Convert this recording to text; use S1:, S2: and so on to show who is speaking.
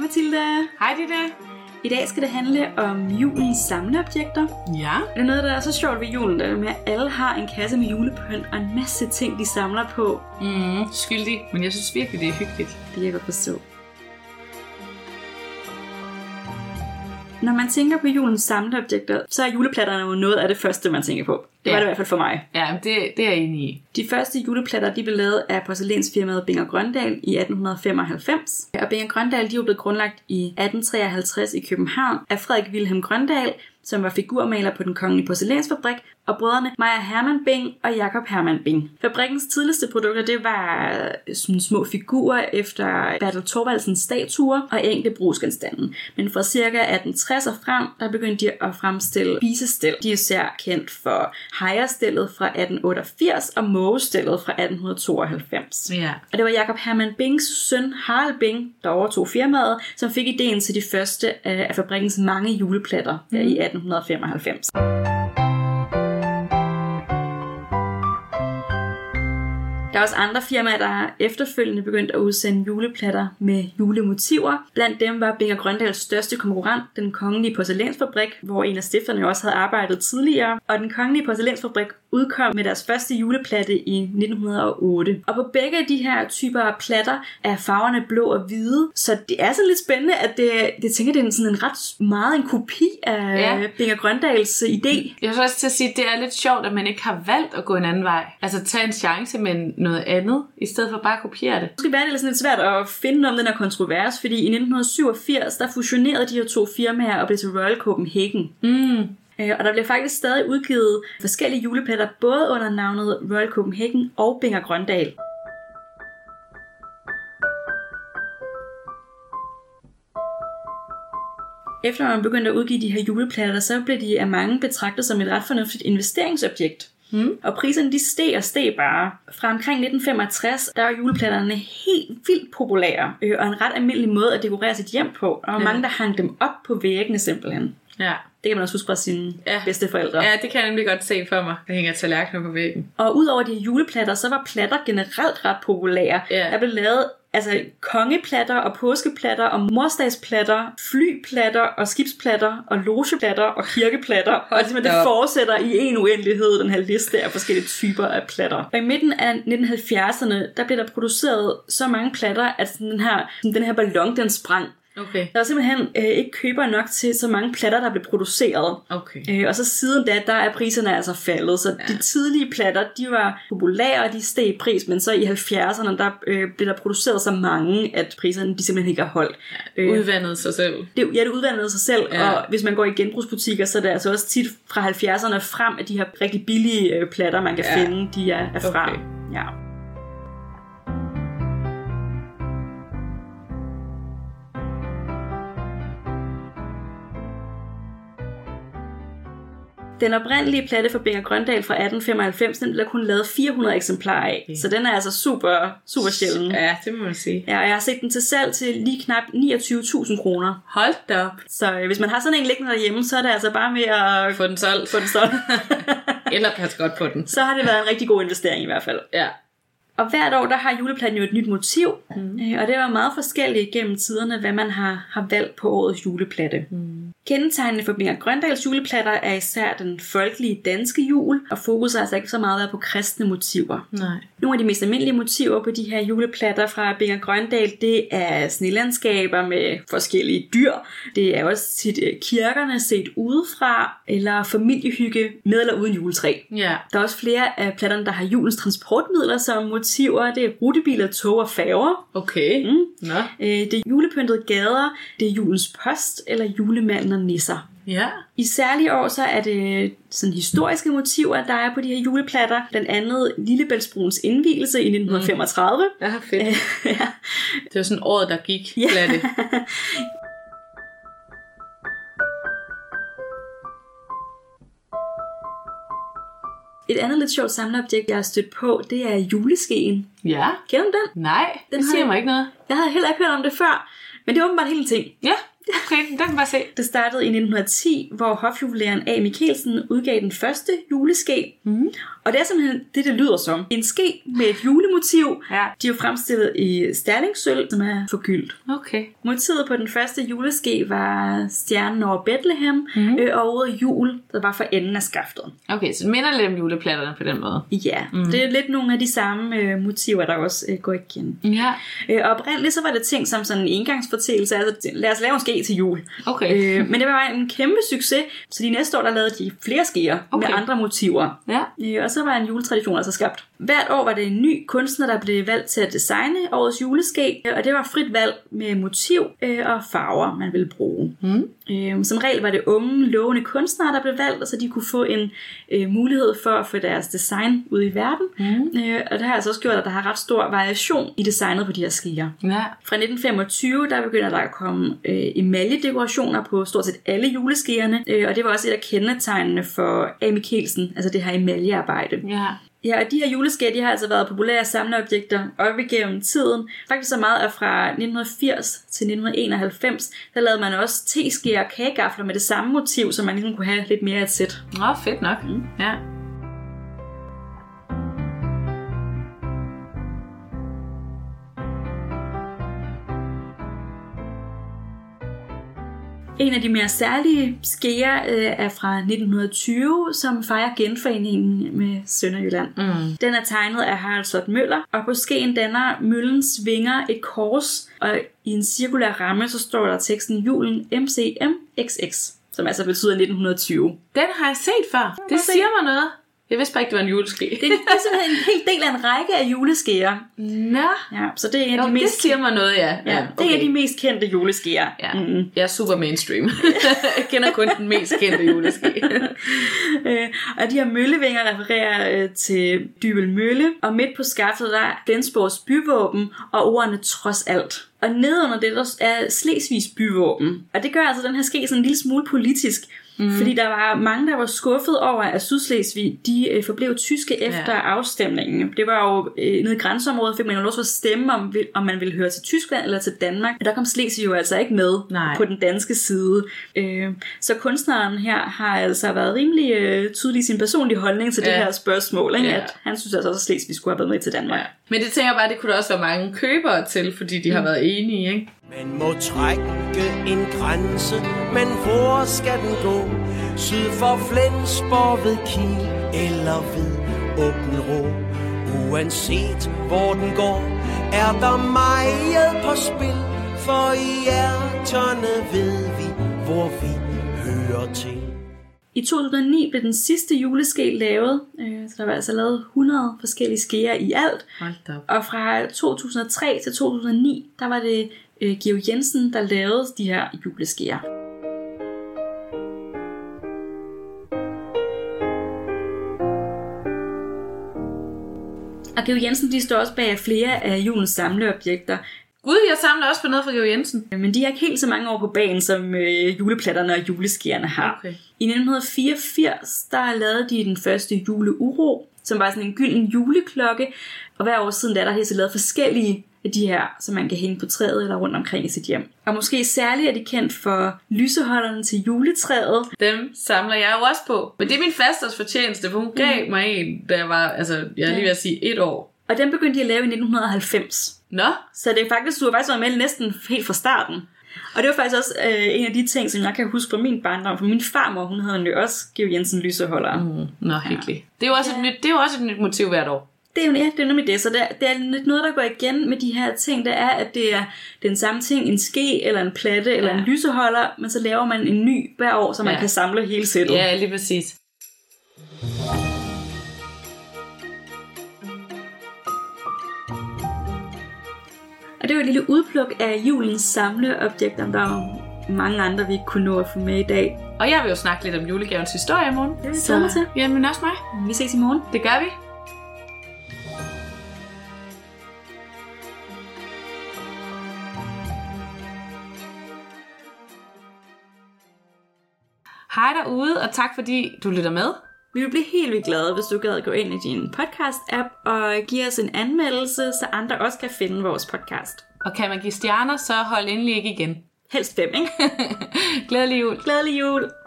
S1: Mathilda.
S2: Hej Ditte.
S1: I dag skal det handle om julens samleobjekter.
S2: Ja.
S1: Og Det er noget, der er så sjovt ved julen, det er med, at alle har en kasse med julepynt og en masse ting, de samler på.
S2: Mm, skyldig, men jeg synes virkelig, det er hyggeligt.
S1: Det kan jeg godt forstå. Når man tænker på julens samleobjekter, så er juleplatterne jo noget af det første, man tænker på. Det var
S2: Ja.
S1: det i hvert fald for mig.
S2: Ja, men det, det er jeg enig i.
S1: De første juleplatter de blev lavet af porcelænsfirmaet Binger Grøndal i 1895. Og Binger Grøndal de er jo blevet grundlagt i 1853 i København af Frederik Wilhelm Grøndal, som var figurmaler på den kongelige porcelænsfabrik, og brødrene Maja Hermann Bing og Jakob Hermann Bing. Fabrikkens tidligste produkter det var øh, sådan små figurer efter Bertel Thorvaldsens statuer og enkelte brugsgenstande. Men fra ca. 1860 og frem, der begyndte de at fremstille spisestel. De er især kendt for hejerstillet fra 1888 og mågestillet fra 1892.
S2: Ja.
S1: Og det var Jakob Hermann Bings søn, Harald Bing, der overtog firmaet, som fik ideen til de første øh, af fabrikkens mange juleplatter mm. i 1895. Der er også andre firmaer, der efterfølgende begyndt at udsende juleplatter med julemotiver. Blandt dem var Binger Grøndals største konkurrent, den kongelige porcelænsfabrik, hvor en af stifterne jo også havde arbejdet tidligere. Og den kongelige porcelænsfabrik udkom med deres første juleplatte i 1908. Og på begge af de her typer af platter er farverne blå og hvide, så det er sådan lidt spændende, at det, det tænker, det er en sådan en ret meget en kopi af ja.
S2: Ja.
S1: Binger Grøndals idé.
S2: Jeg vil også til at sige, at det er lidt sjovt, at man ikke har valgt at gå en anden vej. Altså tage en chance med noget andet, i stedet for bare at kopiere det.
S1: Måske er det sådan lidt svært at finde noget om den her kontrovers, fordi i 1987, der fusionerede de her to firmaer og blev til Royal Copenhagen.
S2: Mm.
S1: Øh, Og der bliver faktisk stadig udgivet forskellige juleplatter, både under navnet Royal Copenhagen og Binger Grøndal. Efter man begyndte at udgive de her juleplatter, så blev de af mange betragtet som et ret fornuftigt investeringsobjekt.
S2: Mm.
S1: Og priserne de steg og steg bare. Fra omkring 1965, der var juleplatterne helt vildt populære, øh, og en ret almindelig måde at dekorere sit hjem på. Og der var
S2: Ja.
S1: mange, der hang dem op på væggene simpelthen.
S2: Ja.
S1: Det kan man også huske fra sine ja.
S2: Ja.
S1: bedsteforældre. Ja.
S2: ja, det kan jeg nemlig godt se for mig. Der hænger tallerkener på væggen.
S1: Og udover de juleplatter, så var platter generelt ret populære.
S2: Ja.
S1: Der blev lavet altså, kongeplatter og påskeplatter og morsdagsplatter, flyplatter og skibsplatter og logeplatter og kirkeplatter. Og det, det
S2: da op.
S1: fortsætter i en uendelighed, den her liste af forskellige typer af platter. Og i midten af 1970'erne, der blev der produceret så mange platter, at sådan den her, den her ballon, den sprang.
S2: Okay.
S1: Der var simpelthen øh, ikke køber nok til så mange platter, der blev produceret.
S2: Okay.
S1: Øh, og så siden da, der er priserne altså faldet, så ja. de tidlige platter, de var populære, og de steg i pris, men så i 70'erne, der øh, blev der produceret så mange, at priserne de simpelthen ikke har holdt. Øh,
S2: Udvandede sig selv.
S1: det, ja, det udvandrede sig selv, ja.
S2: Ja.
S1: og hvis man går i genbrugsbutikker, så er det altså også tit fra 70'erne frem, at de her rigtig billige øh, platter, man kan ja.
S2: Ja.
S1: finde, de er, er fra. Okay.
S2: Okay.
S1: Ja. Den oprindelige platte for Binger Grøndal fra 1895, den blev der kun lavet 400 eksemplarer af.
S2: Okay.
S1: Så den er altså super, super sjælden. Ja.
S2: Ja, det må man sige.
S1: ja, og jeg har set den til salg til lige knap 29.000 kroner.
S2: Hold da op.
S1: Så øh, hvis man har sådan en liggende derhjemme, så er det altså bare med at
S2: Få den solgt.
S1: få den solgt.
S2: Eller pas godt på den.
S1: så har det været en rigtig god investering i hvert fald.
S2: Ja.
S1: Og hvert år, der har juleplanen jo et nyt motiv. Mm. Øh, og det var meget forskelligt gennem tiderne, hvad man har, har valgt på årets juleplatte. Mm. Kendetegnene for Binger Grøndals juleplatter er især den folkelige danske jul, og fokus har altså ikke så meget været på kristne motiver.
S2: Nej.
S1: Nogle af de mest almindelige motiver på de her juleplatter fra Binger Grøndal, det er snelandskaber med forskellige dyr. Det er også tit øh, kirkerne set udefra, eller familiehygge med eller uden juletræ.
S2: Ja.
S1: Der er også flere af platterne, der har julens transportmidler som motiver. Det er rutebiler, tog og færger.
S2: Okay.
S1: Mm.
S2: Nå.
S1: Øh, Det er julepyntede gader, det er julens post eller julemanden og nisser.
S2: Ja.
S1: I særlige år så er det sådan historiske motiver, der er på de her juleplatter. Blandt andet Lillebæltsbroens indvielse i 1935.
S2: Ja, fedt.
S1: Øh, ja.
S2: Det var sådan året, der gik.
S1: Ja.
S2: Platte.
S1: Et andet lidt sjovt samleobjekt, jeg har stødt på, det er juleskeen.
S2: ja.
S1: Kender du den?
S2: Nej,
S1: Den
S2: den
S1: har
S2: siger
S1: jeg-
S2: mig ikke noget.
S1: Jeg havde heller ikke hørt om det før, men det er åbenbart hele ting.
S2: Ja. Okay, den kan bare se.
S1: Det startede i 1910, hvor hofjuveleren A. Mikkelsen udgav den første juleske.
S2: Mhm.
S1: Og det er simpelthen det, det lyder som. En ske med et julemotiv.
S2: Ja.
S1: De er jo fremstillet i sterlingsølv, som er forgyldt.
S2: Okay.
S1: Motivet på den første juleske var stjernen over Bethlehem
S2: Mhm.
S1: mm. øh, og ordet jul, der var for enden af skaftet.
S2: Okay, så det minder lidt om juleplatterne på den måde.
S1: Ja,
S2: Mhm.
S1: mm. det er lidt nogle af de samme øh, motiver, der også øh, går igen.
S2: Ja,
S1: Øh, og oprindeligt så var det ting som sådan en engangsfortægelse, altså lad os lave en ske til jul.
S2: okay. Øh.
S1: Øh, men det var en kæmpe succes, så de næste år der lavede de flere skeer okay.
S2: Okay.
S1: med andre motiver.
S2: Ja,
S1: Øh, og så var en juletradition altså skabt. Hvert år var det en ny kunstner, der blev valgt til at designe årets juleske, og det var frit valg med motiv øh, og farver, man ville bruge.
S2: Mm.
S1: Øh, som regel var det unge, lovende kunstnere, der blev valgt, så de kunne få en øh, mulighed for at få deres design ud i verden.
S2: Mm.
S1: Øh, og det har altså også gjort, at der har ret stor variation i designet på de her skeer.
S2: ja.
S1: Fra 1925, der begynder der at komme øh, emaljedekorationer på stort set alle juleskærerne, øh, og det var også et af kendetegnene for A. Mikkelsen, altså det her emaljearbejde.
S2: ja.
S1: Ja, og de her juleskær, de har altså været populære samleobjekter op igennem tiden. Faktisk så meget, at fra 1980 til 1991, der lavede man også teskeer og kagegafler med det samme motiv, så man ligesom kunne have lidt mere af et sæt.
S2: Nå, fedt nok. Mm. Ja.
S1: En af de mere særlige skeer øh, er fra 1920, som fejrer genforeningen med Sønderjylland.
S2: Mm.
S1: Den er tegnet af Harald Slot Møller, og på skeen danner møllens vinger et kors, og i en cirkulær ramme, så står der teksten julen MCMXX, som altså betyder 1920.
S2: Den har jeg set før. Det
S1: godt se.
S2: siger mig noget. Jeg vidste bare ikke, det var en juleske.
S1: Det, det er simpelthen en hel del af en række af juleskeer.
S2: Nå,
S1: Ja, så det er en
S2: jo,
S1: af de
S2: det
S1: mest,
S2: siger mig noget, ja.
S1: ja, det er en af de mest kendte juleskeer.
S2: Ja.
S1: Mm.
S2: Jeg er super mainstream. jeg kender kun den mest kendte juleske.
S1: Øh, og de her møllevinger refererer øh, til Dybel Mølle, og midt på skaftet der er Flensborgs byvåben og ordene trods alt. Og nedenunder det der er Slesvigs byvåben. Og det gør altså den her ske sådan en lille smule politisk. Mm. Fordi der var mange, der var skuffet over, at Sydslesvig de øh, forblev tyske efter
S2: Ja.
S1: ja. afstemningen. Det var jo øh, nede i grænseområdet, fik man jo lov til at stemme, om, vil- om man ville høre til Tyskland eller til Danmark. Og der kom Slesvig jo altså ikke med
S2: Nej.
S1: på den danske side. Øh, så kunstneren her har altså været rimelig øh, tydelig i sin personlige holdning til
S2: Ja.
S1: det her spørgsmål. Ikke?
S2: Ja.
S1: At han synes altså også, at Slesvig skulle have været med til Danmark.
S2: Ja. Men det tænker jeg bare, det kunne der også være mange købere til, fordi de har været enige, ikke?
S3: Man må trække en grænse, men hvor skal den gå? Syd for Flensborg ved Kiel eller ved Åben Rå. Uanset hvor den går, er der meget på spil, for i hjerterne ved vi, hvor vi hører til.
S1: I 2009 blev den sidste juleske lavet, øh, så der var altså lavet 100 forskellige skeer i alt.
S2: Hold da op.
S1: Og fra 2003 til 2009, der var det øh, Georg Jensen, der lavede de her juleskeer. Og Georg Jensen, de står også bag flere af julens samleobjekter.
S2: Gud, jeg samler også på noget fra Georg Jensen.
S1: Men de har ikke helt så mange år på banen, som øh, juleplatterne og juleskærerne har.
S2: Okay.
S1: I 1984, der lavede de den første juleuro, som var sådan en gylden juleklokke. Og hver år siden da, der har de så lavet forskellige af de her, som man kan hænge på træet eller rundt omkring i sit hjem. Og måske særligt er de kendt for lyseholderne til juletræet.
S2: Dem samler jeg jo også på. Men det er min fasters fortjeneste, for hun gav mig en, da jeg var, altså, jeg er lige ved at sige et år.
S1: Og den begyndte de at lave i 1990.
S2: Nå,
S1: Så det er faktisk, du har faktisk været med næsten helt fra starten. Og det var faktisk også øh, en af de ting, som jeg kan huske fra min barndom. For min farmor, hun havde jo også Georg Jensen lyseholder. Mm.
S2: nå hyggeligt. Ja. Det, er jo også et nyt, det er jo også et nyt motiv hvert år.
S1: Det er jo ja, det er nemlig det, så det er, det er lidt noget, der går igen med de her ting, det er, at det er den samme ting, en ske, eller en platte, eller
S2: Ja.
S1: en lyseholder, men så laver man en ny hver år, så man
S2: Ja.
S1: ja. kan samle hele sættet.
S2: Ja, lige præcis.
S1: Og det var et lille udpluk af julens samleobjekter, der er jo mange andre, vi ikke kunne nå at få med i dag.
S2: Og jeg vil jo snakke lidt om julegavens historie i morgen.
S1: Det vil jeg glæde mig til.
S2: Jamen også mig.
S1: Vi ses i morgen.
S2: Det gør vi. Hej derude, og tak fordi du lytter med.
S1: Vi vil blive helt vildt glade, hvis du gad at gå ind i din podcast-app og give os en anmeldelse, så andre også kan finde vores podcast.
S2: Og kan man give stjerner, så hold endelig ikke igen. Helst fem, ikke?
S1: Glædelig jul.
S2: Glædelig jul!